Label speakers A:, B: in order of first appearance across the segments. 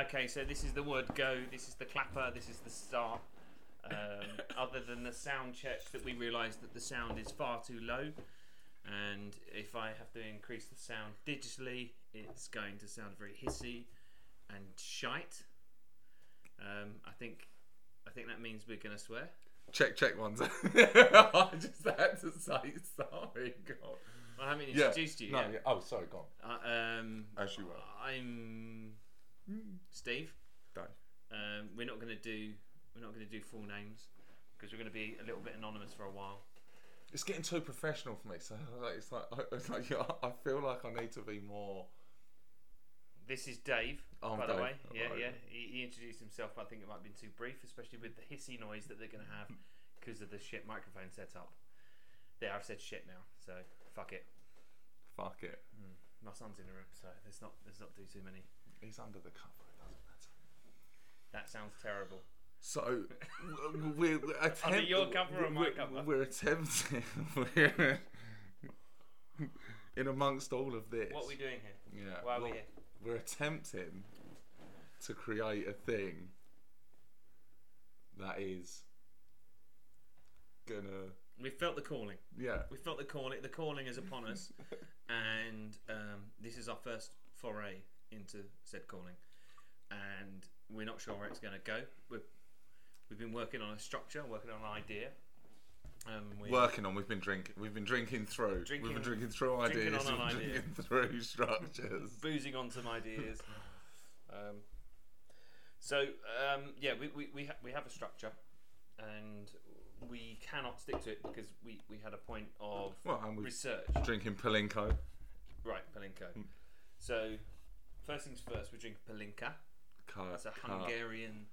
A: Okay, so this is the word go. This is the clapper. This is the start. Um, other than the sound check, that we realise that the sound is far too low, and if I have to increase the sound digitally, it's going to sound very hissy and shite. Um, I think, I think that means we're going to swear.
B: Check, check ones. I just had to say sorry, God.
A: I haven't
B: Yeah.
A: introduced you
B: no,
A: yet.
B: yeah. Uh, Oh, sorry, gone.
A: I- um,
B: As you were.
A: I'm Steve.
B: Dave.
A: Um, we're not going to do we're not going to do full names because we're going to be a little bit anonymous for a while.
B: It's getting too professional for me. So like, it's like, it's like yeah, I feel like I need to be more.
A: This is Dave,
B: Oh, I'm
A: by
B: Dave.
A: the way. Yeah,
B: Alright.
A: yeah. He, he introduced himself, but I think it might have been too brief, especially with the hissy noise that they're going to have because of the shit microphone setup. There, I've said shit now, so fuck it.
B: Fuck it.
A: My son's in the room, so there's not there's not do too many.
B: He's under the cover. It doesn't matter.
A: That sounds terrible.
B: So w- we're attempt-
A: Under your cover or my
B: we're,
A: cover?
B: We're attempting. we're in amongst all of this.
A: What are we doing here?
B: Yeah.
A: Why are we
B: Uh, well,
A: here?
B: We're attempting to create a thing that is gonna
A: We felt the calling.
B: yeah
A: We felt the calling. The calling is upon us, and um, this is our first foray into said calling. And we're not sure where it's going to go. We're, we've been working on a structure, working on an idea. Um, we
B: working on. We've been drinking. We've been drinking through. we've
A: Drinking-
B: been drinking through
A: drinking
B: ideas.
A: on an
B: we've been
A: idea.
B: drinking through structures.
A: boozing on some ideas. um, so um, yeah, we we we, ha- we have a structure, and we cannot stick to it because we, we had a point of
B: Well, and we're
A: research.
B: drinking Palinko.
A: Right, Palinko.
B: Hmm.
A: So, first things first, we drink Palinka.
B: Car,
A: It's a Hungarian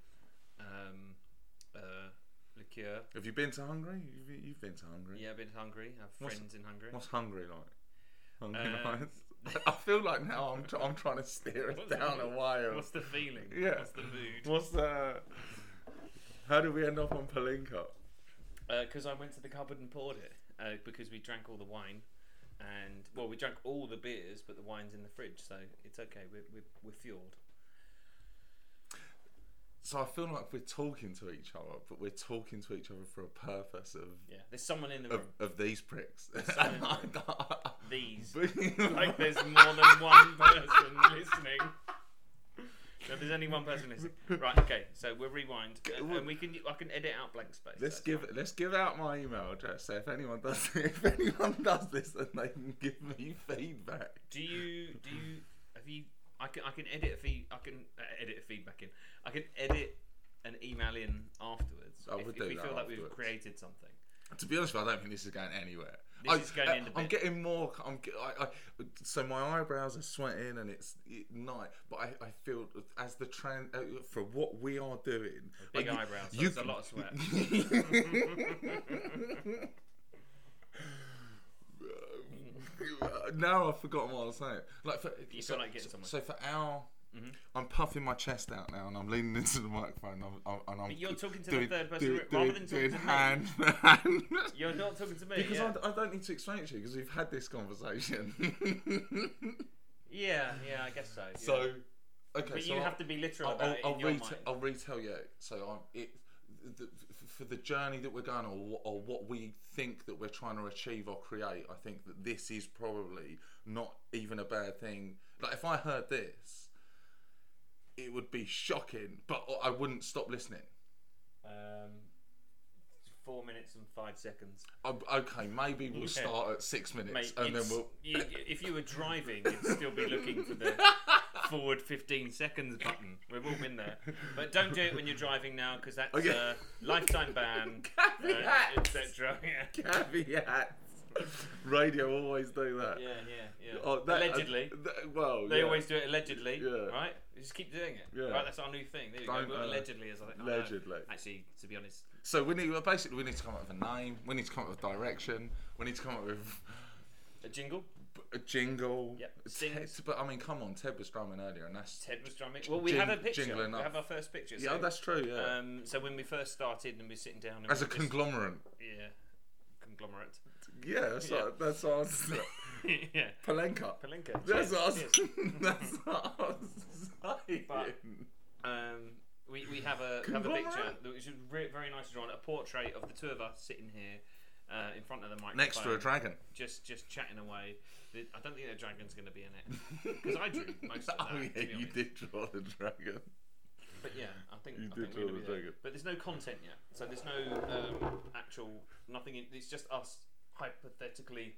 A: um, uh, liqueur.
B: Have you been to Hungary? You've, you've been to Hungary.
A: Yeah, I've been to Hungary. I have
B: Hmm. What's-
A: friends in Hungary.
B: What's Hungary like? Hungry
A: Uh,
B: nights? I feel like now I'm tr- I'm trying to steer us
A: What's
B: down
A: the-
B: a wire.
A: What's the feeling?
B: Yeah.
A: What's the mood?
B: What's the? How do we end up on Palinka?
A: Because Uh, I went to the cupboard and poured it uh, because we drank all the wine. And well, we drank all the beers, but the wine's in the fridge, so it's okay. We're we're, we're fueled.
B: So I feel like we're talking to each other, but we're talking to each other for a purpose of
A: Yeah, there's someone in the
B: of,
A: room.
B: of these pricks.
A: These like
B: like
A: there's more than one person listening. No, there's only one person listening. Right, okay, so we'll rewind, uh,
B: well-
A: and we can I can edit out blank space.
B: Let's
A: that's
B: give
A: fine.
B: let's give out my email address. So if anyone does if anyone does this, then they can give me feedback.
A: Do you do you have you? I can I can edit a feed I can uh, edit a feedback in. I can edit an email in afterwards
B: Oh,
A: if,
B: we'll
A: if
B: do
A: we
B: that
A: feel like we've
B: afterwards.
A: created something.
B: To be honest, with you, I don't think this is going anywhere.
A: This
B: I, uh,
A: is going in the
B: I'm
A: bin.
B: getting more. I'm ge- I, I, so my eyebrows are sweating and it's it, night, but I, I feel as the trans uh, for what we are doing.
A: Big
B: like, you-
A: eyebrows. So
B: you
A: it's a
B: can-
A: lot of sweat.
B: now I've forgotten what I was saying. Like for
A: You
B: so,
A: feel like getting
B: so-
A: somewhere. Mm-hmm.
B: so for our. I'm puffing my chest out now, and I'm leaning into the microphone. I'm, I'm, and I'm
A: But you're talking to the
B: doing,
A: third person
B: doing,
A: rather
B: doing,
A: than talking
B: doing
A: to me.
B: hand, hand.
A: You're not talking to me.
B: because
A: yeah.
B: I, I don't need to explain it to you because we've had this conversation.
A: yeah, yeah, I guess so. yeah.
B: so, okay,
A: but
B: so
A: you
B: I'll-
A: have to be literal
B: I'll,
A: about
B: I'll,
A: it in
B: I'll,
A: your
B: reta-
A: mind.
B: I'll retell you. So I'm, it, the, f- for the journey that we're going on, or, or what we think that we're trying to achieve or create, I think that this is probably not even a bad thing. Like if I heard this, it would be shocking, but I wouldn't stop listening.
A: Um, four minutes and five seconds.
B: O- Okay, maybe we'll
A: Okay.
B: start at six minutes,
A: Mate,
B: and then
A: it's-
B: we'll.
A: you, if you were driving, you'd still be looking for the forward 15 seconds button. We've all been there. But don't do it when you're driving now because that's
B: Okay.
A: a lifetime ban, uh,
B: Caveats.
A: etc. Yeah.
B: Caveats. Radio always do that.
A: yeah, yeah, yeah.
B: Oh, that-
A: Allegedly.
B: uh, th- well,
A: they
B: yeah.
A: always do it allegedly,
B: Yeah.
A: right? You just keep doing it.
B: Yeah.
A: Right, that's our new thing. There you go.
B: Don't,
A: We've got
B: uh,
A: allegedly as I think.
B: allegedly.
A: Actually, to be honest,
B: So we need well, basically we need to come up with a name. We need to come up with direction. We need to come up with
A: a jingle.
B: a jingle.
A: Yep.
B: Ted,
A: Sings.
B: but I mean, come on, Ted was drumming earlier, and that's
A: Ted was drumming. Well, we
B: Jing-
A: have a picture.
B: jingle
A: We
B: enough.
A: have our first picture.
B: yeah,
A: so,
B: that's true. Yeah,
A: Um, so when we first started and we we're sitting down and
B: as a
A: we were just-
B: conglomerate.
A: yeah, conglomerate.
B: Yeah, that's
A: Yeah.
B: what that's what I was.
A: yeah.
B: Palenka.
A: Palenka.
B: That's
A: Cheers.
B: what I was.
A: Cheers.
B: that's what I was saying.
A: But- Um, have a have a picture,
B: Conglomerate?
A: which is re- very nice drawn, a portrait of the two of us sitting here uh, in front of the microphone,
B: Next to a dragon.
A: just just chatting away. The- I don't think the dragon's going to be in it because I drew most of that.
B: oh
A: to
B: yeah,
A: be
B: you
A: honest.
B: did draw the dragon.
A: But yeah, I think,
B: You
A: I
B: did
A: think we're
B: draw
A: gonna
B: the
A: be there.
B: dragon.
A: But there's no content yet, so there's no um, actual nothing. In, it's just us hypothetically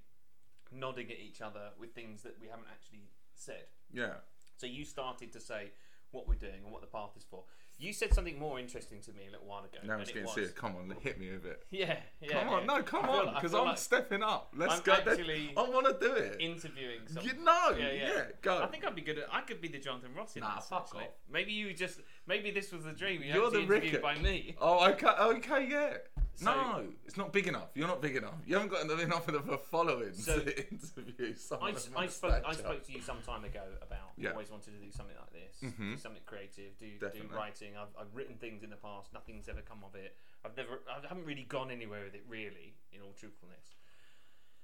A: nodding at each other with things that we haven't actually said.
B: Yeah.
A: So you started to say what we're doing and what the path is for. You said something more interesting to me a little while ago.
B: Now
A: and
B: it's
A: it
B: getting
A: was-
B: serious. Come on, hit me with it.
A: Yeah, yeah.
B: Come on,
A: yeah.
B: no, come
A: I feel
B: on,
A: like- I
B: because
A: feel
B: I'm
A: like
B: stepping up. Let's
A: I'm
B: go. Let's-
A: actually
B: I want to do it.
A: interviewing someone.
B: you know,
A: Yeah,
B: yeah,
A: yeah.
B: go.
A: I think I'd be good at. I could be the Jonathan Ross in
B: Nah,
A: this.
B: fuck
A: actually.
B: off.
A: Maybe you just. Maybe this was the dream. You
B: You're
A: had to
B: the
A: be interviewed
B: Rickett.
A: by me.
B: oh, okay, okay, yeah.
A: So-
B: no, it's not big enough. You're not big enough. You haven't got enough of a following
A: So-
B: to interview someone.
A: I,
B: of my
A: I spoke I
B: stature.
A: spoke to you some time ago about
B: Yeah. Mm-hmm.
A: always wanted to do something like this, do something creative, do
B: Definitely.
A: do writing. I've, I've written things in the past, nothing's ever come of it. I've never I haven't really gone anywhere with it really, in all truthfulness.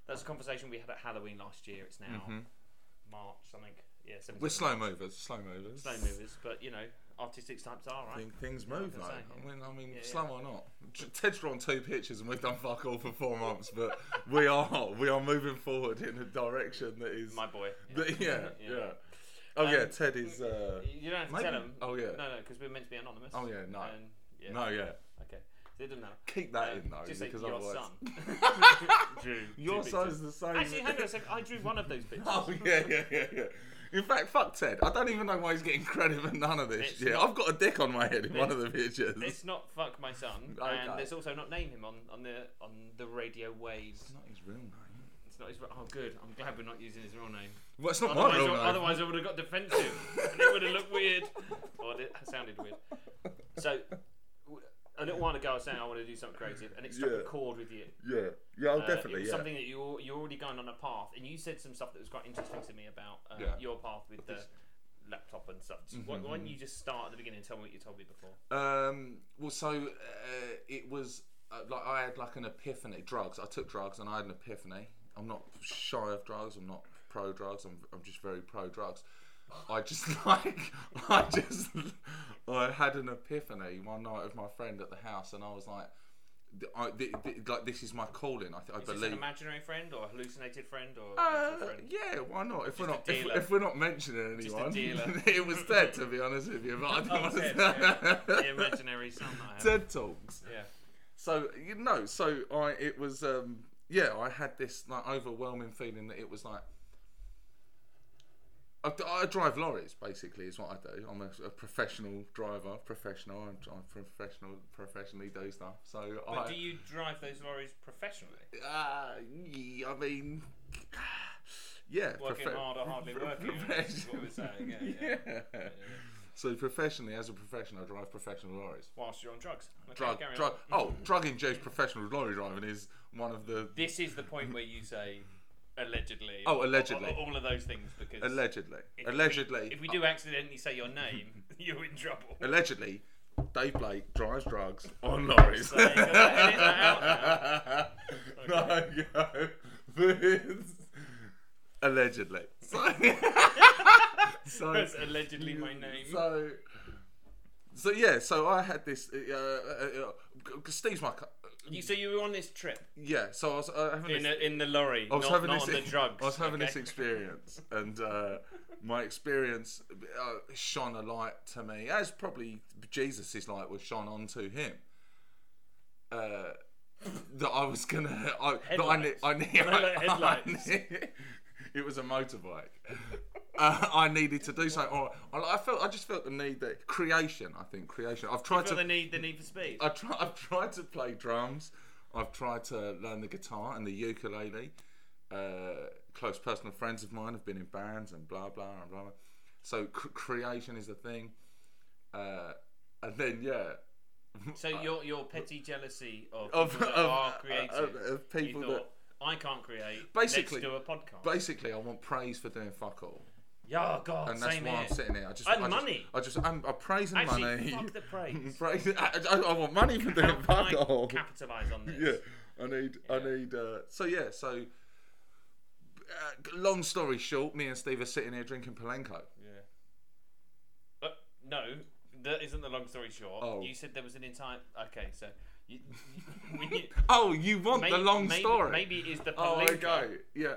A: That's a conversation we had at Halloween last year. It's now March something. Yeah, 17th
B: Mm-hmm. We're
A: of
B: slow
A: March.
B: movers. Slow movers.
A: slow movers, but you know, artistic types are right.
B: Thing- Things
A: I
B: move,
A: can
B: mate.
A: say, yeah.
B: I mean, I mean,
A: yeah.
B: slow or not, J- Ted's drawn two pictures and we've done fuck all for four months, but we are we are moving forward in a direction that is,
A: My boy.
B: that, yeah, yeah. Oh
A: Um,
B: yeah, Ted is. Uh,
A: You don't have to
B: Maybe-
A: tell them.
B: oh, yeah.
A: No, no, because we're meant to be anonymous.
B: Oh, yeah, no.
A: And, yeah.
B: No, yeah.
A: Okay. So it doesn't matter.
B: Keep that
A: Um,
B: in though,
A: just say
B: because
A: your
B: otherwise,
A: son. drew
B: your
A: two
B: size
A: pictures.
B: is the same.
A: Actually, hang on a second. I drew one of those pictures.
B: Oh yeah, yeah, yeah, yeah. In fact, fuck Ted. I don't even know why he's getting credit for none of this
A: It's
B: shit.
A: not-
B: I've got a dick on my head in one of the pictures.
A: Let's not fuck my son.
B: Okay.
A: And let's also not name him on, on the on the radio waves.
B: not his real name.
A: It's not his. Oh, good. I'm glad we're not using his real name.
B: Well, it's not my
A: Otherwise,
B: real
A: I,
B: name.
A: otherwise I would have got defensive, and it would have looked weird, or it sounded weird. So, w- a little while ago, I was saying I want to do something creative, and it struck a
B: Yeah.
A: chord with you.
B: yeah, yeah, oh,
A: Uh, it
B: definitely.
A: was
B: Yeah.
A: Something that you're you're already going on a path, and you said some stuff that was quite interesting to me about uh,
B: Yeah. Mm-hmm,
A: your path with the laptop and stuff. So Why, why don't you just start at the beginning and tell me what you told me before?
B: Um, well, so uh, it was uh, like I had like an epiphany. Drugs. I took drugs and I had an epiphany. I'm not shy of drugs. I'm not pro drugs. I'm, I'm just very pro drugs. I just like I just I had an epiphany one night with my friend at the house, and I was like, th- I, th- th- like this is my calling. I, th- I
A: Is this
B: believe.
A: an imaginary friend or a hallucinated friend or
B: Uh,
A: actual friend?
B: yeah, why not? If we're not
A: a
B: if,
A: dealer.
B: if we're not mentioning
A: Just a
B: anyone,
A: dealer.
B: it was Ted to be honest with you. But I didn't
A: Oh,
B: want
A: Ted,
B: to.
A: yeah. the imaginary son that I have.
B: Ted talks.
A: Yeah.
B: So you know, so I it was um yeah I had this like overwhelming feeling that it was like I, I drive lorries basically is what I do. I'm a, a professional driver, professional. I'm, I'm professional, professionally do stuff. So
A: But
B: I
A: do you drive those lorries professionally?
B: uh, yeah, I mean yeah
A: Working
B: profe-
A: hard or hardly working? is what we're saying. Yeah, yeah.
B: yeah. So professionally, as a professional, I drive professional lorries.
A: Whilst you're on drugs. Okay,
B: Drug,
A: carry on.
B: drug. Oh, drug-induced professional lorry driving is one of the
A: This is the point where you say allegedly.
B: Oh, allegedly.
A: All, all of those things because.
B: Allegedly.
A: if we-
B: allegedly.
A: if we do accidentally say your name, you're in trouble.
B: Allegedly, Dave Blake drives drugs
A: Oh,
B: on lorries.
A: So you gotta edit that
B: no, yo, this- Allegedly. So, so,
A: That's allegedly my name.
B: so, so yeah. So I had this. Uh, uh, uh, Steve's my. cu-
A: you, so you were on this trip
B: Yeah. So I was uh, having
A: in,
B: this,
A: a, in the lorry,
B: I was
A: not,
B: having
A: not
B: this.
A: on the drugs.
B: I was having
A: okay?
B: this experience, and uh, my experience uh, shone a light to me, as probably Jesus' light was shone onto him. Uh, that I was gonna. I, that I, ne- I, ne-
A: Headlights. Like headlights.
B: ne- it was a motorbike. Uh, I needed to do something. Or I, I felt. I just felt the need that creation. I think creation. I've tried
A: Feel the
B: to.
A: need, the need for speed.
B: I try, I've tried to play drums. I've tried to learn the guitar and the ukulele. Uh, close personal friends of mine have been in bands and blah blah and blah. blah. So cr- creation is the thing. Uh, and then yeah,
A: so your your petty jealousy of
B: uh, Of-
A: people that
B: of-
A: are
B: uh,
A: creative,
B: of- of people
A: you thought, I can't create.
B: Basically-
A: let's do a podcast.
B: basically I want praise for doing fuck all,
A: yeah, God,
B: and that's
A: same
B: why
A: here.
B: I'm sitting here. I just
A: And
B: I
A: money.
B: Just, I just I'm, i praise and
A: Actually,
B: money.
A: fuck the praise.
B: praise. I, I, I want money for
A: How
B: doing
A: can I
B: fuck all.
A: capitalise on this?
B: Yeah, I need, I
A: Yeah.
B: need. Uh, so yeah, so uh, long story short, me and Steve are sitting here drinking Palenko.
A: Yeah. But no, that isn't the long story short.
B: Oh.
A: You said there was an entire. Okay, so. You, you- when you-
B: Oh, you want
A: may-
B: the long
A: maybe,
B: story?
A: Maybe it is the
B: Oh,
A: palinka.
B: okay. Yeah.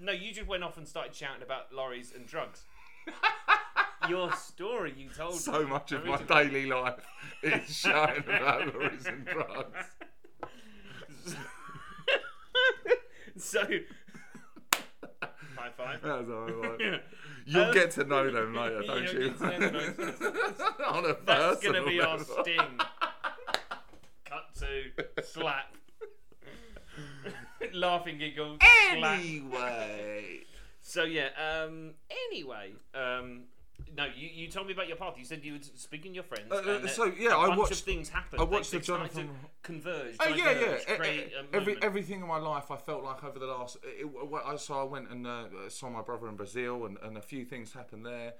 A: No, you just went off and started shouting about lorries and drugs. Your story you told
B: So
A: me.
B: much
A: I
B: of
A: mean,
B: my
A: to-
B: daily life is shouting about lorries and drugs.
A: so high five.
B: That's all right.
A: Yeah.
B: You'll
A: Um,
B: get to know them later,
A: you
B: don't
A: don't
B: you?
A: get to know them.
B: On a
A: That's
B: personal
A: gonna be our
B: level.
A: sting. Cut to slap. Laughing giggle. slap.
B: Anyway.
A: So yeah. Um. Anyway. Um. No, you, you told me about your party. You said you were speaking to your friends.
B: Uh, uh,
A: and that
B: so, yeah,
A: a
B: I
A: bunch of
B: watched-
A: things happened.
B: I
A: They-
B: watched
A: they
B: the
A: started
B: Jonathan-
A: to converge.
B: Oh yeah, yeah.
A: diverge,
B: E-
A: create
B: e-
A: a
B: Every
A: moment.
B: everything in my life, I felt like over the last. It, it- well, I- so I went and uh, saw my brother in Brazil, and, and a few things happened there.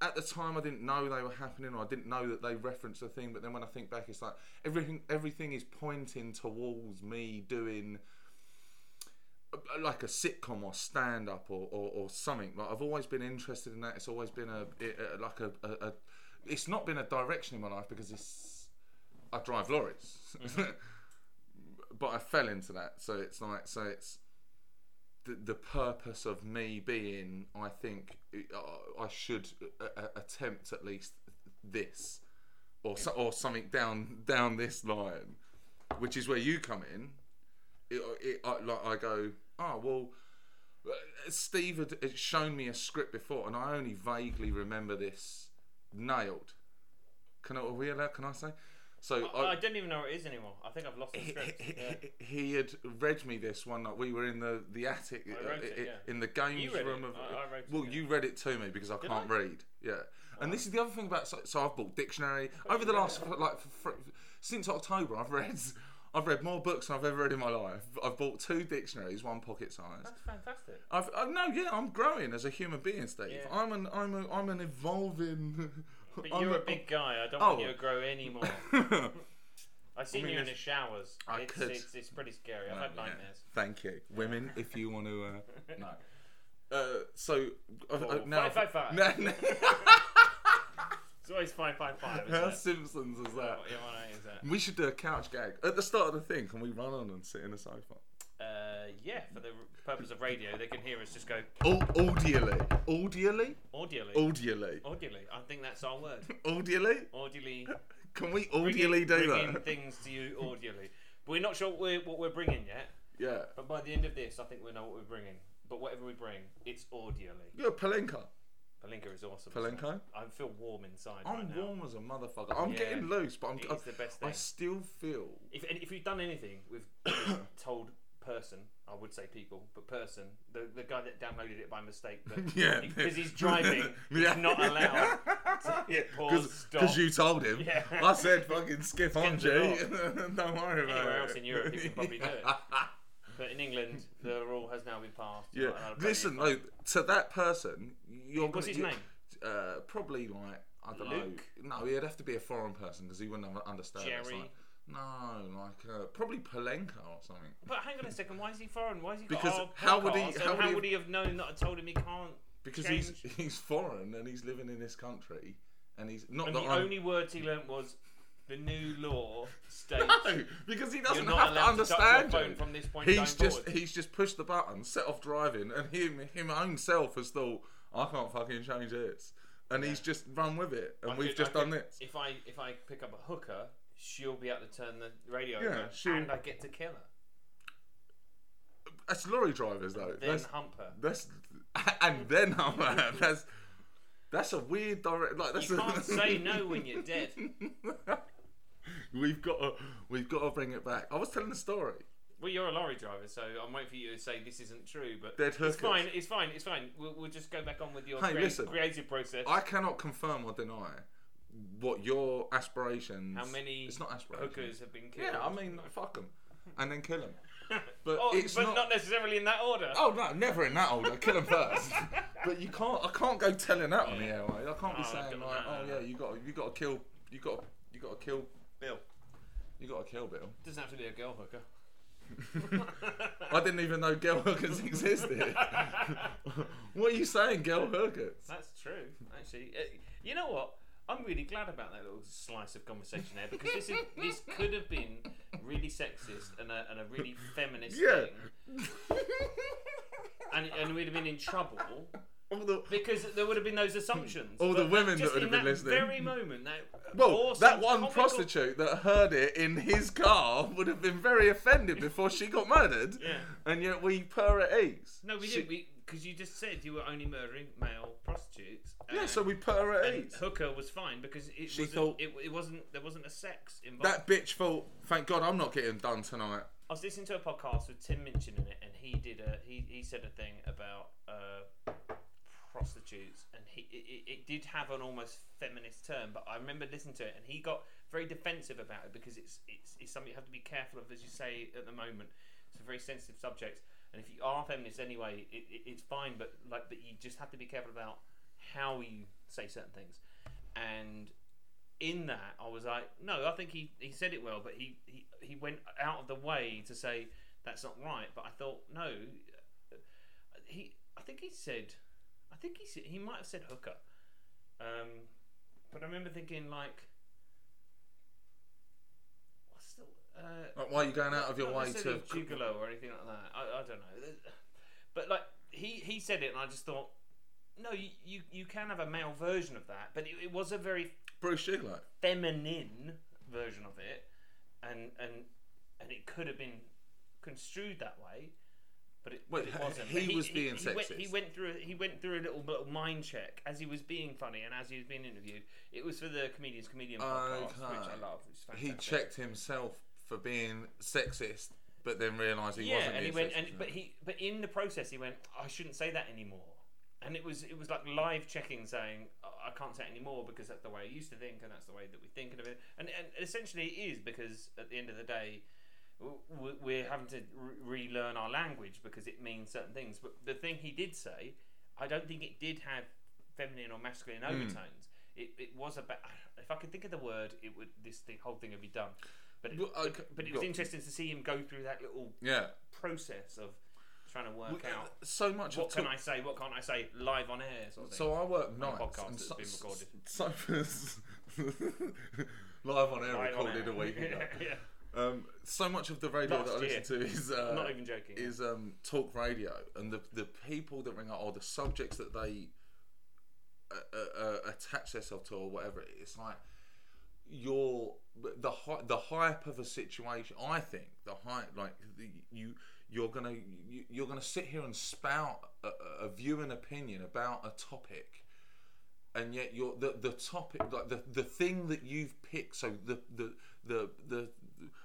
B: At the time, I didn't know they were happening, or I didn't know that they referenced the thing. But then when I think back, it's like everything. Everything is pointing towards me doing uh, like a sitcom or stand up or, or, or something. Like I've always been interested in that. It's always been a, a- a- like a, a, a. It's not been a direction in my life because it's. I drive lorries,
A: Mm-hmm.
B: but I fell into that. So it's like so it's. The, the purpose of me being, I think, I- I should uh, uh, attempt at least this, or so, or something down down this line, which is where you come in it, it, I, like I go, oh well, uh, Steve had, had shown me a script before, and I only vaguely remember this. Nailed. Can I, are we allowed? Can I say? So
A: I, I don't even know what it is anymore. I think I've lost the
B: he,
A: script.
B: he-
A: Yeah.
B: he had read me this one night. We were in the the attic
A: I wrote it,
B: uh,
A: yeah.
B: in the games
A: You read
B: room
A: it.
B: of.
A: I- I wrote it,
B: well,
A: yeah.
B: you read it to me because I can't
A: I? Oh.
B: read. Yeah, and this is the other thing about so, so I've bought dictionary over the last like fr- since October. I've read I've read more books than I've ever read in my life. I've bought two dictionaries, one pocket size.
A: That's fantastic.
B: I've oh, no, yeah, I'm growing as a human being, Steve.
A: Yeah.
B: I'm an I'm a, I'm an evolving.
A: But
B: I'm
A: you're a big guy. I don't
B: Oh.
A: want you to grow any more. I've seen
B: mean,
A: you in the
B: if-
A: showers.
B: I
A: it's,
B: could-
A: It's, it's pretty scary. I've
B: No,
A: had
B: yeah.
A: nightmares.
B: Thank you, women. If you want to, uh, no. Uh, so uh, uh,
A: Cool.
B: now,
A: Five, five, five.
B: now- now-
A: It's always five, five, five.
B: how
A: Isn't it?
B: Simpsons is that?
A: What you want is that?
B: We should do a couch gag at the start of the thing. Can we run on and sit in the sofa?
A: Uh, yeah, for the purpose of radio, they can hear us just go
B: Au- audially, audially,
A: audially.
B: Oh. audially,
A: Audially. I think that's our word.
B: audially.
A: Audially.
B: Can we
A: Bringing-
B: audially do
A: bringing
B: that?
A: things to you audially. We're not sure what we're, what we're bringing yet,
B: Yeah,
A: but by the end of this, I think we know what we're bringing. But whatever we bring, it's audially.
B: you're a palenka.
A: Palinka is awesome.
B: Palenko?
A: I feel warm inside
B: I'm
A: right now.
B: warm as a motherfucker. I'm
A: Yeah.
B: getting loose, but I'm.
A: It is the best
B: I
A: thing.
B: still feel.
A: If, and if you've done anything with with told person, I would say people, but person, the, the guy that downloaded it by mistake, but
B: Yeah,
A: because he's driving,
B: Yeah.
A: he's not allowed. to hit pause, stop.
B: Because you told him.
A: Yeah.
B: I said, fucking skip on,
A: Get
B: G.
A: the
B: Don't worry about it.
A: Anywhere else in Europe you can probably do it.
B: yeah.
A: But in England, the rule has now been passed. You're not allowed to play
B: Listen,
A: it.
B: though, to that person, you're
A: What's
B: gonna-
A: his
B: you-
A: name?
B: Uh, probably like, I don't
A: Luke?
B: know. No, he'd have to be a foreign person because he wouldn't have- understand. It's
A: Jerry?
B: like- no, like, uh, probably Palenka or something.
A: But hang on a second, why is he foreign? Why is he
B: Because
A: got our
B: how would he-
A: podcast?
B: how
A: And
B: would
A: how
B: he-
A: would he have known that I told him he can't?
B: Because
A: change?
B: he's he's foreign and he's living in this country and he's not
A: And
B: that
A: the
B: I'm-
A: only words he learnt was the new law states.
B: No, because he doesn't
A: not
B: have to
A: allowed to touch your
B: understand.
A: phone
B: it.
A: from this point
B: he's
A: going
B: just
A: forward.
B: he's just pushed the button, set off driving, and him him own self has thought, I can't fucking change this, and he's just run with it, and
A: I
B: we've
A: could-
B: just
A: I
B: done
A: could-
B: this.
A: If I if I pick up a hooker, she'll be able to turn the radio
B: Yeah,
A: over,
B: she'll-
A: and I get to kill her.
B: That's lorry drivers though.
A: Then
B: that's,
A: hump her.
B: that's and then I'm at- that's that's a weird direct like that's
A: You
B: a-
A: can't say no when you're dead.
B: We've got to, we've got to bring it back. I was telling the story.
A: Well, you're a lorry driver, so I'm waiting for you to say this isn't true. But
B: Dead hookers.
A: it's fine. It's fine. It's fine. We'll, we'll just go back on with your
B: Hey,
A: creat-
B: listen.
A: creative process.
B: I cannot confirm or deny what your aspirations.
A: How many
B: It's not aspirations.
A: hookers have been killed?
B: Yeah, I mean, like, fuck them, and then kill them. But
A: Oh,
B: it's
A: but
B: not.
A: not... necessarily in that order.
B: Oh no, never in that order. Kill them first. but you can't. I can't go telling that on the airway. I can't be
A: No,
B: saying
A: no,
B: like,
A: no,
B: oh
A: no.
B: yeah, you got, you got to kill, you got, you got to kill,
A: Bill
B: you got to kill Bill.
A: doesn't have to be a girl hooker.
B: I didn't even know girl hookers existed. what are you saying, girl hookers?
A: That's true, actually. Uh, you know what? I'm really glad about that little slice of conversation there because this is this could have been really sexist and a, and a really feminist
B: Yeah.
A: thing, and, and we'd have been in trouble
B: All the-
A: because there would have been those assumptions.
B: All the
A: But
B: women that
A: just
B: would
A: in
B: have been listening.
A: Very moment, that uh,
B: well,
A: awesome
B: that one
A: comical-
B: prostitute that heard it in his car would have been very offended before she got murdered.
A: Yeah.
B: And yet we put her at ease.
A: No, we
B: She-
A: didn't. We because you just said you were only murdering male prostitutes.
B: Yeah,
A: and-
B: so we put her at
A: and
B: ease.
A: hooker was fine because it
B: She
A: wasn't,
B: thought-
A: it, it wasn't there wasn't a sex involved.
B: That bitch thought, thank God I'm not getting done tonight.
A: I was listening to a podcast with Tim Minchin in it, and he did a he, he said a thing about uh, prostitutes, and he it, it- it did have an almost feminist term, but I remember listening to it, and he got very defensive about it because it's it's, it's something you have to be careful of, as you say at the moment. It's a very sensitive subject, and if you are feminist anyway, it, it, it's fine, but like but you just have to be careful about how you say certain things, and in that, I was like, no, I think he, he said it well, but he, he, he went out of the way to say that's not right. But I thought, no, he I think he said, I think he said, he might have said hooker, um, but I remember thinking like, what's the uh,
B: Like, why are you going out of your
A: not
B: way to.
A: necessarily gigolo or anything like that. I, I don't know, but like he he said it, and I just thought, no, you you, you can have a male version of that, but it, it was a very
B: Bruce Gigolo.
A: feminine version of it, and and and it could have been construed that way, but it,
B: Well,
A: it wasn't.
B: he was being
A: he went,
B: sexist.
A: he went through a, he went through a little, little mind check as he was being funny and as he was being interviewed. It was for the comedians comedian podcast, which I
B: Okay.
A: love. Which is
B: He
A: fantastic.
B: checked himself for being sexist, but then realised he
A: Yeah,
B: wasn't.
A: and he
B: being
A: went,
B: sexist,
A: and
B: yeah.
A: but he, but in the process, he went, I shouldn't say that anymore. And it was, it was like live checking, saying, "I I can't say it anymore because that's the way I used to think, and that's the way that we think of it." And, and essentially, it is because at the end of the day, w- w- we're having to re- relearn our language because it means certain things. But the thing he did say, I don't think it did have feminine or masculine
B: Hmm.
A: overtones. It, it was about if I could think of the word, it would this the whole thing would be done. But it,
B: Well, I c-
A: but it was
B: got-
A: interesting to see him go through that little
B: Yeah.
A: process of trying uh, to work out
B: So much
A: what
B: of
A: can I say, what can't I say live on air. Sort of thing.
B: So I work nights.
A: podcast
B: and
A: that's
B: so,
A: been recorded.
B: So, live on air
A: Live on
B: recorded
A: air.
B: a week ago.
A: yeah.
B: Um, so much of the radio
A: Last
B: that I listen to is uh,
A: I'm not even joking.
B: is um, talk radio, and the the people that ring out or the subjects that they uh, uh, uh, attach themselves to or whatever. It's like your the hy- the hype of a situation. I think the hype, like the, you you're gonna you, you're gonna sit here and spout a, a a view and opinion about a topic and yet you're the the topic like the the thing that you've picked so the the the, the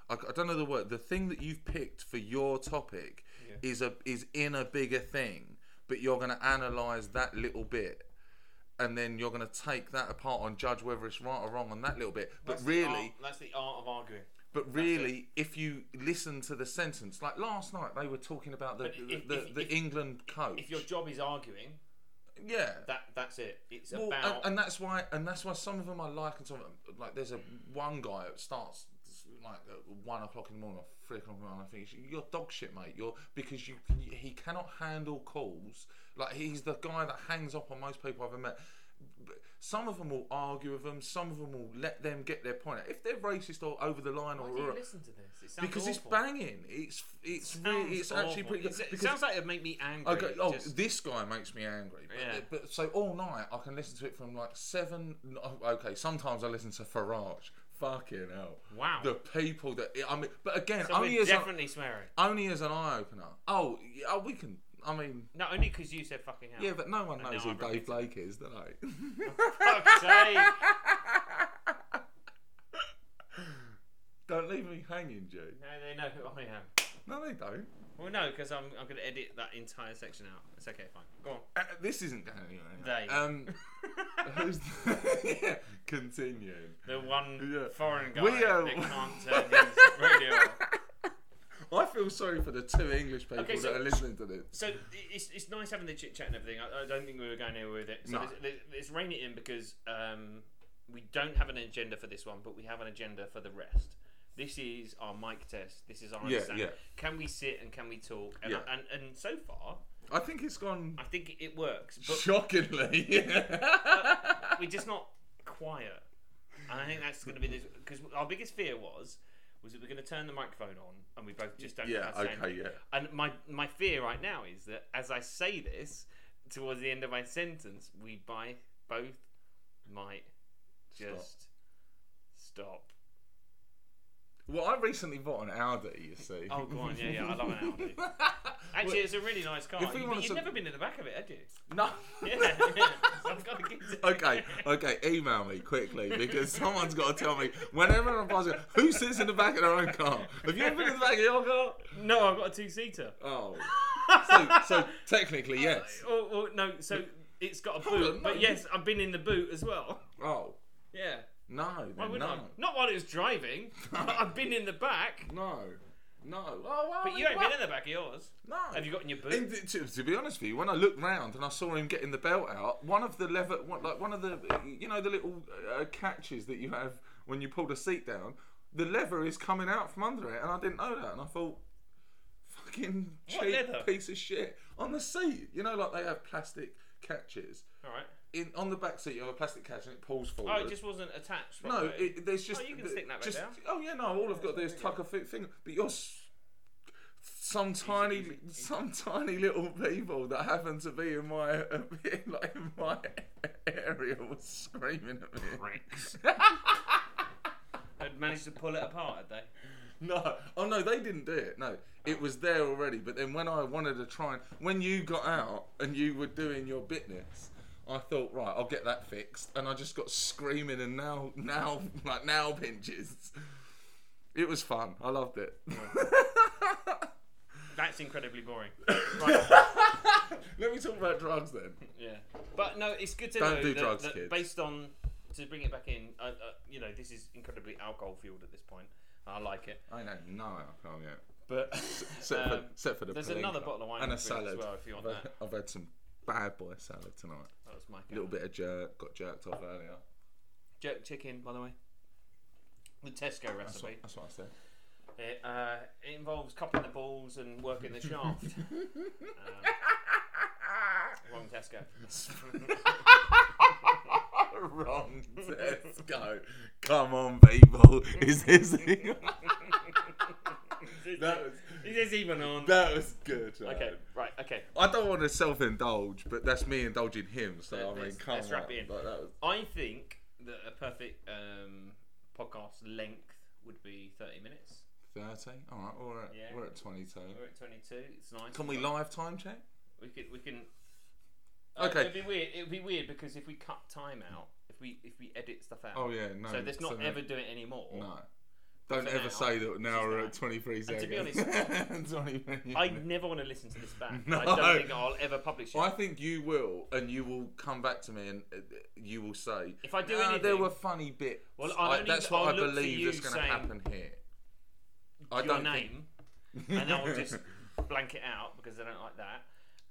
B: I, I don't know the word the thing that you've picked for your topic
A: Yeah.
B: is a is in a bigger thing but you're going to analyze that little bit and then you're going to take that apart and judge whether it's right or wrong on that little bit but
A: That's the
B: really
A: art- that's the art of arguing.
B: but really if you listen to the sentence like last night they were talking about the
A: But
B: the,
A: if-
B: the,
A: if-
B: the
A: if-
B: England coach
A: If your job is arguing,
B: yeah
A: that that's it. It's
B: Well,
A: about.
B: and, and that's why, and that's why some of them I like, and some of them, like there's a one guy that starts like at one o'clock in the morning or three o'clock in the morning. I think he's- you're dog shit, mate. You're because you he cannot handle calls. Like he's the guy that hangs up on most people I've ever met. But Some of them will argue with them. Some of them will let them get their point. out. If they're racist or over the line
A: why
B: or,
A: do you
B: or-
A: listen to this? It sounds
B: because it's
A: awful.
B: banging, it's it's really, it's
A: Sounds
B: actually
A: awful.
B: pretty.
A: It's-
B: good.
A: It
B: Because-
A: sounds like it'd make me angry.
B: Okay. Oh,
A: just-
B: this guy makes me angry. But,
A: Yeah.
B: but so all night I can listen to it from like seven. no, Okay, sometimes I listen to Farage. Fucking hell.
A: Wow.
B: The people that I mean, but again,
A: so
B: only
A: we're
B: as
A: definitely swearing.
B: a, only as an eye opener. Oh, yeah, oh, we can. I mean,
A: Not only because you said fucking hell.
B: yeah, but no one
A: And
B: knows
A: now
B: who
A: I've
B: Dave Blake is, do they?
A: Fuck's sake.
B: don't leave me hanging, G.
A: No, they know who I am.
B: No, they don't.
A: Well, no, because I'm, I'm going to edit that entire section out. It's okay, fine. Go on.
B: Uh, this isn't going
A: They.
B: anywhere. Um, who's yeah, continue.
A: The one
B: Yeah.
A: foreign guy
B: We, uh,
A: that can't turn his radio off.
B: I feel sorry for the two English people
A: Okay, so-
B: that are listening to this.
A: So it's, it's nice having the chit chat and everything. I, I don't think we were going anywhere with it. So
B: No.
A: let's, let's- let's rein it in because um, we don't have an agenda for this one, but we have an agenda for the rest. This is our mic test. This is our
B: Yeah,
A: understanding.
B: yeah.
A: Can we sit and can we talk? And,
B: Yeah.
A: and, and so far,
B: I think it's gone
A: I think it works. But
B: shockingly.
A: we're just not quiet. And I think that's going to be this because our biggest fear was was that we're going to turn the microphone on and we both just don't. know
B: Yeah,
A: how to say
B: okay,
A: anything.
B: yeah.
A: And my my fear right now is that as I say this towards the end of my sentence, we by both might just stop.
B: Well, I recently bought an Audi, you see.
A: Oh, go on, yeah, yeah, I love an Audi. Actually, it's a really nice car.
B: if we
A: You,
B: wanted
A: have
B: to-
A: never been in the back of it, had you?
B: no.
A: Yeah. I've got to get to-
B: okay, okay, email me quickly because someone's got to tell me whenever I'm passing, who sits in the back of their own car? Have you ever been in the back of your car?
A: No, I've got a two seater.
B: Oh. So, so technically, yes.
A: Oh, oh, no, so it's got a
B: Hold
A: boot.
B: on, no,
A: but
B: you-
A: yes, I've been in the boot as well.
B: Oh.
A: Yeah.
B: No,
A: Why
B: then
A: would
B: no.
A: I? Not while it was driving. but I've been in the back.
B: No. No. Oh, well,
A: But you ain't
B: well,
A: been in the back of yours.
B: No.
A: Have you got in your boot?
B: And t- to, to be honest with you, when I looked round and I saw him getting the belt out, one of the lever, one, like one of the, you know, the little uh, catches that you have when you pull the seat down, the lever is coming out from under it, and I didn't know that, and I thought, fucking
A: What
B: cheap
A: leather?
B: piece of shit on the seat. You know, like they have plastic catches
A: All right.
B: in on the back seat. You have a plastic catch and it pulls forward.
A: Oh, it just wasn't attached.
B: No,
A: properly.
B: it, there's just.
A: you can
B: the-
A: stick that way
B: just,
A: down.
B: Oh yeah, no. All I've got to do is tuck a fi- finger. But you're s- some tiny,
A: easy, easy.
B: some tiny little people that happen to be in my, like in my area was screaming at me.
A: Pricks. They'd managed to pull it apart, had they?
B: No, oh no, they didn't do it. No, it was there already. But then when I wanted to try and when you got out and you were doing your business, I thought right, I'll get that fixed. And I just got screaming and now, now, like now pinches. It was fun. I loved it.
A: That's incredibly boring. Right.
B: Let me talk about drugs then.
A: Yeah, but no, it's good to
B: Don't
A: know
B: do
A: that,
B: drugs,
A: that
B: kids.
A: Based on to bring it back in, uh, uh, you know, this is incredibly alcohol fueled at this point. I like it,
B: I know no alcohol yet,
A: but
B: except, for,
A: um,
B: except for the
A: there's
B: palinka
A: another bottle of wine
B: and a
A: to drink
B: salad.
A: as well if you want
B: I've, had-
A: that.
B: I've had some bad boy salad tonight.
A: That was my
B: A
A: go.
B: little bit of jerk. Got jerked off earlier.
A: jerk chicken, by the way. The Tesco
B: That's what,
A: recipe.
B: that's what I said.
A: It, uh, it involves copping the balls and working the shaft. um, wrong Tesco.
B: Wrong Tesco. Come on, people. Is this That was-
A: Is this even on?
B: that was good?
A: Okay,
B: man.
A: right, okay.
B: I don't want to self-indulge, but that's me indulging him. So I mean,
A: Let's-
B: come
A: let's
B: on.
A: wrap it in.
B: Like, that was-
A: I think that a perfect um, podcast length would be 30 minutes.
B: 30? All right, we're at,
A: Yeah.
B: we're at 22.
A: We're at 22. It's nice.
B: Can we live time check?
A: We can. We can. Uh,
B: Okay.
A: It'd be weird. It'd be weird because if we cut time out, if we if we edit stuff out,
B: Oh, yeah, no.
A: so let's not
B: no-
A: ever do it anymore.
B: No. Don't
A: So
B: ever
A: now-
B: say that now
A: just
B: we're
A: now.
B: at 23
A: And
B: seconds.
A: to be
B: honest, 23
A: I never want to listen to this back.
B: No.
A: I don't think I'll ever publish it.
B: I think you will, and you will come back to me, and uh, you will say,
A: If I do
B: "Nah, there
A: anything-
B: were funny bits."
A: Well, I'll
B: I-
A: only-
B: that's what
A: I'll
B: I
A: look for
B: believe
A: you
B: is going to
A: saying
B: happen here. I
A: Your
B: don't think-
A: name, and I'll just blank it out because I don't like that.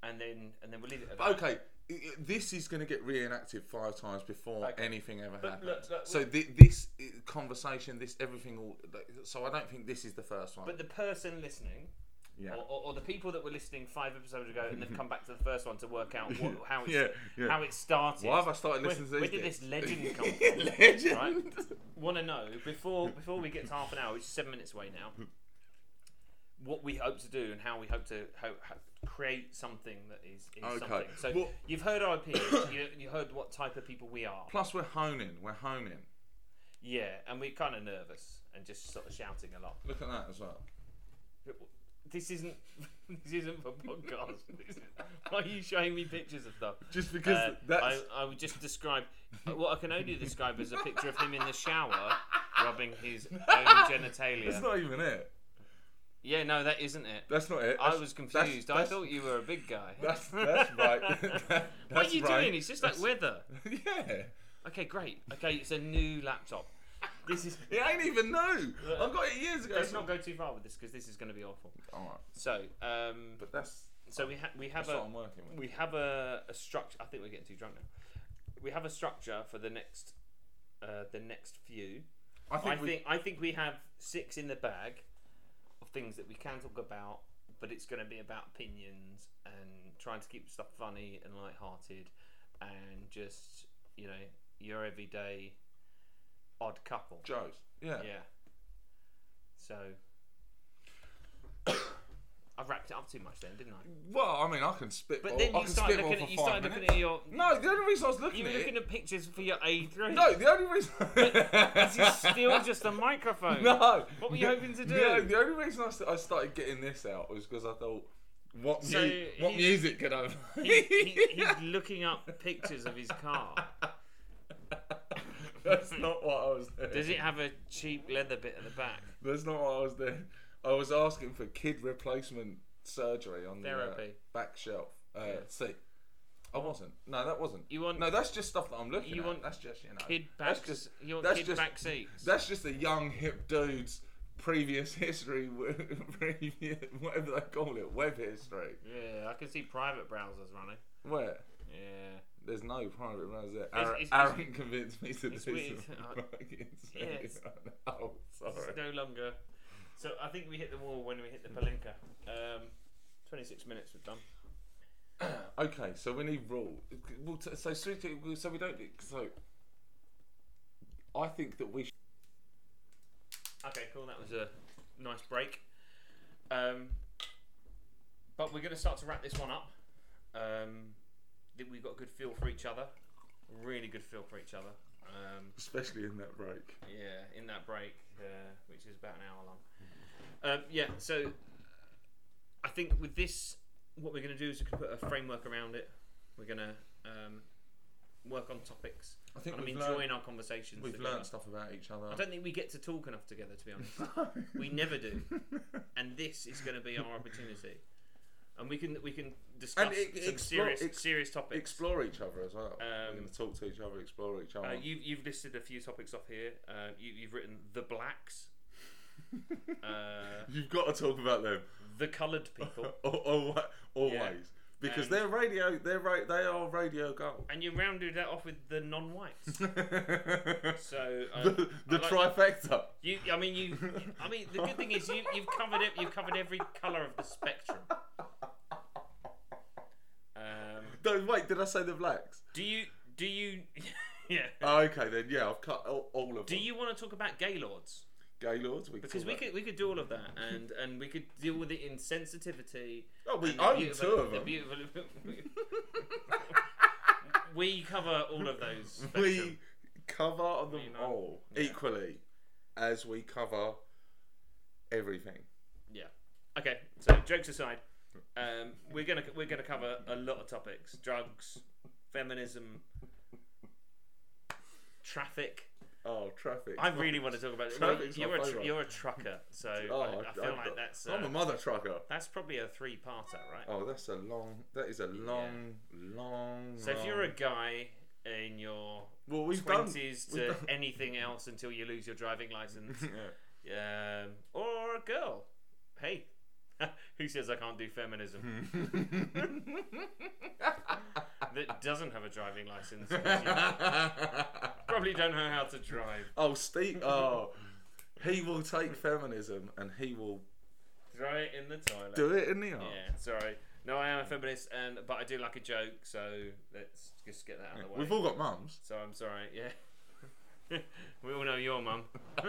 A: And then and then we'll leave it. At that.
B: Okay, i- i- this is going to get reenacted five times before
A: Okay.
B: anything ever
A: But
B: happens.
A: look, look,
B: so thi- this uh, conversation, this everything, all. like, So I don't think this is the first one.
A: But the person listening
B: yeah.
A: or, or, or the people that were listening five episodes ago and they've come back to the first one to work out what, how it's,
B: Yeah, yeah.
A: how it started.
B: Why have I started
A: Where-
B: listening to
A: where
B: these?
A: did this legend come from?
B: legend.
A: Want to know before before we get to half an hour, which is seven minutes away
B: Hmm.
A: now, what we hope to do and how we hope to ho- ho- create something that is, is
B: Okay.
A: something. So
B: Well-
A: you've heard our opinions. you, you heard what type of people we are.
B: Plus, we're honing. We're honing.
A: Yeah, and we're kind of nervous and just sort of shouting a lot.
B: Look at that as well.
A: This isn't this isn't for podcast. This is- Why are you showing me pictures of stuff?
B: Just because
A: Uh,
B: that's
A: I, I would just describe what I can only describe as a picture of him in the shower rubbing his own genitalia.
B: that's not even it.
A: Yeah, no, that isn't it.
B: That's not it.
A: I
B: That's-
A: was
B: that's-
A: confused. I
B: that's-
A: thought you were a big guy.
B: That's that's right. That-
A: what are
B: that's
A: you
B: right.
A: doing? It's just like weather.
B: yeah.
A: Okay, great. Okay, it's a new laptop. This is.
B: It ain't even new. I got it years ago.
A: Let's not go too far with this because this is going to be awful.
B: Alright,
A: So, um,
B: but that's
A: so we ha- we have
B: that's
A: a
B: what I'm working with.
A: we have a, a structure. I think we're getting too drunk now. We have a structure for the next uh, the next few.
B: I think,
A: I
B: we,
A: think I think we have six in the bag of things that we can talk about, but it's going to be about opinions and trying to keep stuff funny and light-hearted and just you know your everyday odd couple.
B: Joe's. Yeah.
A: Yeah. So I've wrapped it up too much then, didn't I?
B: Well, I mean, I can spit.
A: But then
B: I
A: you
B: can
A: start
B: spitball
A: looking at
B: for
A: you
B: five
A: start looking
B: minutes.
A: at your
B: No, the only reason I was looking
A: you were
B: at
A: looking
B: it.
A: at pictures for your A three.
B: No, the only reason.
A: this is still just a microphone.
B: No.
A: What were you hoping to do?
B: No, the only reason I, st- I started getting this out was because I thought, what,
A: So
B: mu- what
A: he's-
B: music could I?
A: He, he, he's looking up pictures of his car.
B: That's not what I was doing.
A: Does it have a cheap leather bit at the back?
B: That's not what I was doing. I was asking for kid replacement surgery on the uh,
A: Therapy.
B: back shelf. Uh, See, I wasn't. No, that wasn't.
A: You want
B: No, that's just stuff that I'm looking
A: You
B: at.
A: want
B: that's just you know.
A: kid
B: that's
A: back?
B: just
A: You want
B: that's
A: kid
B: just-
A: back seats?
B: that's just a young hip dude's previous history, previous whatever they call it, web history.
A: Yeah, I can see private browsers running.
B: Where
A: Yeah.
B: there's no private rounds there.
A: It's-
B: Aaron,
A: it's- it's-
B: Aaron convinced me to do
A: it's
B: something.
A: weird. I-
B: Yeah,
A: it's-
B: oh, sorry.
A: It's no longer. So I think we hit the wall when we hit the Palinka. Um, 26 minutes we've done.
B: Okay, so we need rule. Well, t- so strictly, so we don't. So I think that we. Should,
A: Okay, cool. That was a nice break. Um, but we're going to start to wrap this one up. Um, that we've got a good feel for each other. Really good feel for each other. Um,
B: especially in that break.
A: yeah, in that break, uh, which is about an hour long. Um, yeah, so I think with this, what we're going to do is we can put a framework around it. We're going to um, work on topics.
B: I think
A: And I'm
B: we've
A: enjoying
B: learned,
A: our conversations.
B: we've
A: together.
B: learned stuff about each other.
A: I don't think we get to talk enough together, to be honest. we never do, and this is going to be our opportunity. And we can we can discuss
B: it-
A: some
B: explore-
A: serious
B: ex-
A: serious topics.
B: explore each other as well.
A: Um,
B: We're going to talk to each other, explore each other.
A: Uh, you, you've listed a few topics off here. Uh, you, you've written the blacks, uh,
B: You've got to talk about them.
A: the coloured people,
B: Al- al- always
A: Yeah. Um,
B: because
A: And-
B: they're radio they're ra- they are radio gold
A: and you rounded that off with the non-whites.
B: the,
A: So uh, I
B: the
A: like-
B: trifecta
A: you, I mean, you. I mean, the good thing is you, you've covered it. You've covered every colour of the spectrum. Um,
B: no wait did i say the blacks
A: do you? Do you? yeah.
B: oh, okay then yeah i've cut all, all of
A: Do
B: them
A: you want to talk about Gaylords?
B: gaylords we
A: Because
B: talk
A: we
B: about-
A: could we could do all of that, and and we could deal with it in sensitivity.
B: oh we
A: and the
B: own
A: beautiful-
B: two of
A: the
B: them
A: beautiful- we cover all of those. spectrum.
B: we cover them
A: You know.
B: all
A: Yeah.
B: equally as we cover everything
A: Yeah. Okay. So jokes aside, um, we're gonna we're gonna cover a lot of topics: drugs, feminism, traffic.
B: oh traffic
A: I really want to talk about.
B: Traffic's my
A: you're, a tr-
B: favourite.
A: you're a trucker, so
B: oh,
A: I, I feel like
B: got-
A: that's
B: i'm a
A: uh,
B: mother trucker
A: that's probably a three-parter, right?
B: Oh, that's a long. That is a long, long.
A: so if
B: long-
A: you're a guy in your
B: well, we've done.
A: twenties
B: we've
A: to
B: done-
A: anything else until you lose your driving license,
B: Yeah.
A: um, or a girl. Hey, who says I can't do feminism? that doesn't have a driving license. 'cause you probably don't know how to drive.
B: oh, Steve. Oh, he will take feminism and he will
A: Throw it in the toilet.
B: do it in the art.
A: Yeah, sorry. No, I am a feminist, and but I do like a joke, so let's just get that out of the way.
B: We've all got mums.
A: So I'm sorry. Yeah, we all know your mum.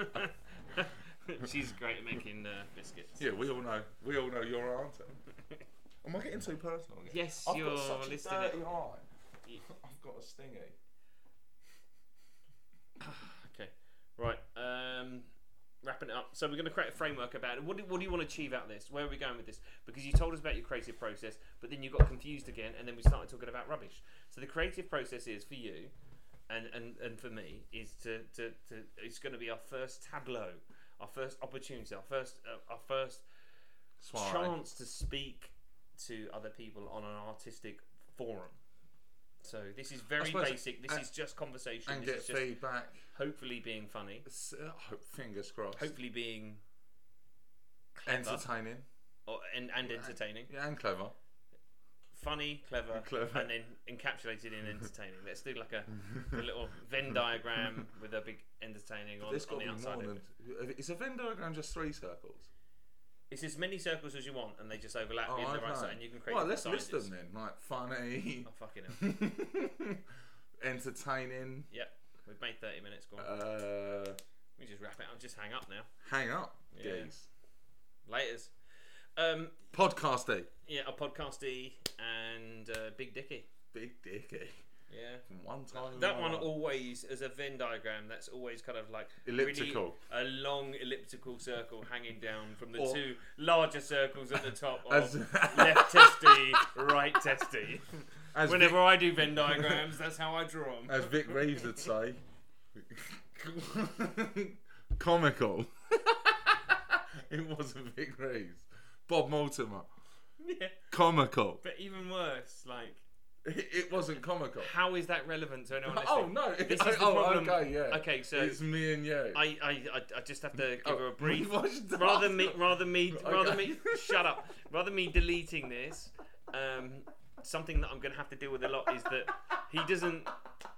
A: She's great at making uh, biscuits.
B: Yeah, we all know. We all know your auntie. Am I getting too personal? Again?
A: Yes,
B: I've
A: you're
B: got such a
A: listing
B: dirty
A: it.
B: eye.
A: Yeah.
B: I've got a stingy.
A: Okay, right. Um, wrapping it up. So we're going to create a framework about it. What do, what do you want to achieve out of this? Where are we going with this? Because you told us about your creative process, but then you got confused again, and then we started talking about rubbish. So the creative process is for you, and and, and for me is to, to, to it's going to be our first tableau, our first opportunity, our first uh, our first
B: Soiree.
A: chance to speak to other people on an artistic forum. So this is very
B: suppose-
A: basic. This
B: and-
A: is just conversation.
B: And
A: this
B: get
A: is just
B: feedback.
A: hopefully being funny,
B: S- uh, hope- Fingers crossed.
A: hopefully being clever
B: Entertaining.
A: or, and, and entertaining,
B: Yeah, and clever.
A: funny, clever,
B: Clever.
A: and then encapsulated in entertaining. Let's do like a, a little Venn diagram with a big entertaining on,
B: This
A: on
B: got to
A: the
B: be
A: outside.
B: more
A: of
B: than.
A: it.
B: Is a Venn diagram just three circles?
A: It's as many circles as you want, and they just overlap in the right side, and you can create.
B: Oh, Well,
A: different
B: let's list
A: sizes.
B: them then. Like funny,
A: Oh fucking hell!
B: entertaining,
A: Yep. We've made 30 minutes. Go on.
B: Uh,
A: we just wrap it up. Just hang up now.
B: hang up,
A: Yeah.
B: geez.
A: Laters. Um,
B: Podcasty.
A: yeah, a podcasty and uh, Big Dicky.
B: Big dicky.
A: Yeah.
B: From one time. in
A: That
B: my
A: one
B: life.
A: always, as a Venn diagram, that's always kind of like
B: Elliptical.
A: really a long elliptical circle hanging down from the
B: Or-
A: two larger circles at the top
B: As-
A: of left testy, right testy.
B: As
A: Whenever I do Venn diagrams, that's how I draw them.
B: Vic, as Vic Reeves would say, comical. it wasn't Vic Reeves. Bob Mortimer,
A: yeah.
B: comical.
A: But even worse, like,
B: It, it wasn't comical.
A: how is that relevant to anyone?
B: Oh
A: listening?
B: no!
A: This is the
B: oh,
A: problem.
B: okay, yeah.
A: Okay, so
B: it's me and you.
A: I, I, I, I just have to give
B: Oh,
A: her a brief.
B: why should I-
A: rather me, rather me,
B: Okay.
A: rather me. Shut up. Rather me deleting this. Um, something that I'm going to have to deal with a lot is that he doesn't.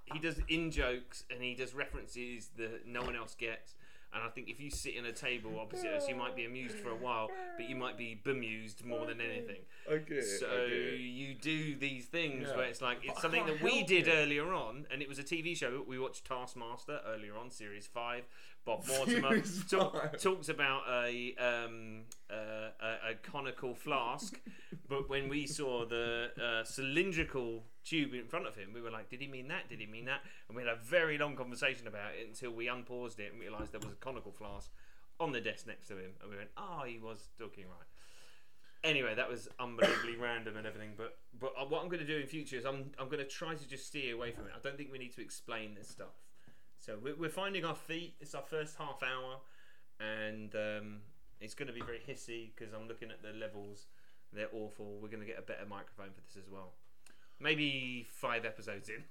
A: He does in jokes and he does references that no one else gets. And I think if you sit in a table opposite us, you might be amused for a while, but you might be bemused more than anything.
B: I get it, I
A: So
B: get it.
A: you do these things
B: Yeah.
A: where it's like
B: But
A: it's
B: I
A: something
B: can't
A: that we
B: help
A: did
B: it.
A: earlier on, and it was a TV show. but We watched Taskmaster earlier on, series five. Bob Mortimer
B: Series
A: talk-
B: five.
A: talks about a, um, uh, a a conical flask, but when we saw the uh, cylindrical tube in front of him, we were like, "Did he mean that? Did he mean that?" And we had a very long conversation about it until we unpaused it and realised there was a conical flask on the desk next to him, and we went, "Oh, he was talking right." Anyway, that was unbelievably random and everything. But but uh, what I'm going to do in future is I'm I'm going to try to just steer away from it. I don't think we need to explain this stuff. So we're, we're finding our feet. It's our first half hour, and um, it's going to be very hissy because I'm looking at the levels. They're awful. We're going to get a better microphone for this as well. Maybe five episodes in.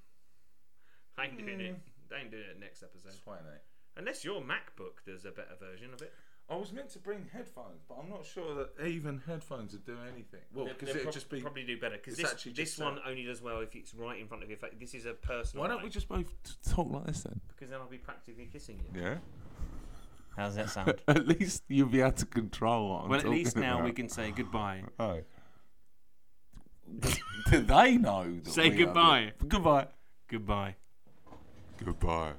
A: I ain't doing it. I ain't doing it next episode.
B: Twenty.
A: Unless your MacBook does a better version of it.
B: eh? I was meant to bring headphones, but I'm not sure that even headphones would do anything. Well,
A: They'll-
B: because
A: they'll
B: it'd
A: prob-
B: just be.
A: probably do better because
B: it's
A: this,
B: actually
A: this
B: just uh,
A: one only does well if it's right in front of your face. This is a personal.
B: Why don't
A: mic,
B: we just both t- talk like this then?
A: Because then I'll be practically kissing you.
B: Yeah.
A: How's that sound?
B: At least you'll be able to control what I'm
A: well, at least
B: talking
A: now we
B: about.
A: can say goodbye.
B: Oh. do they know? That
A: Say
B: we are
A: goodbye.
B: the- Goodbye.
A: Goodbye.
B: Goodbye.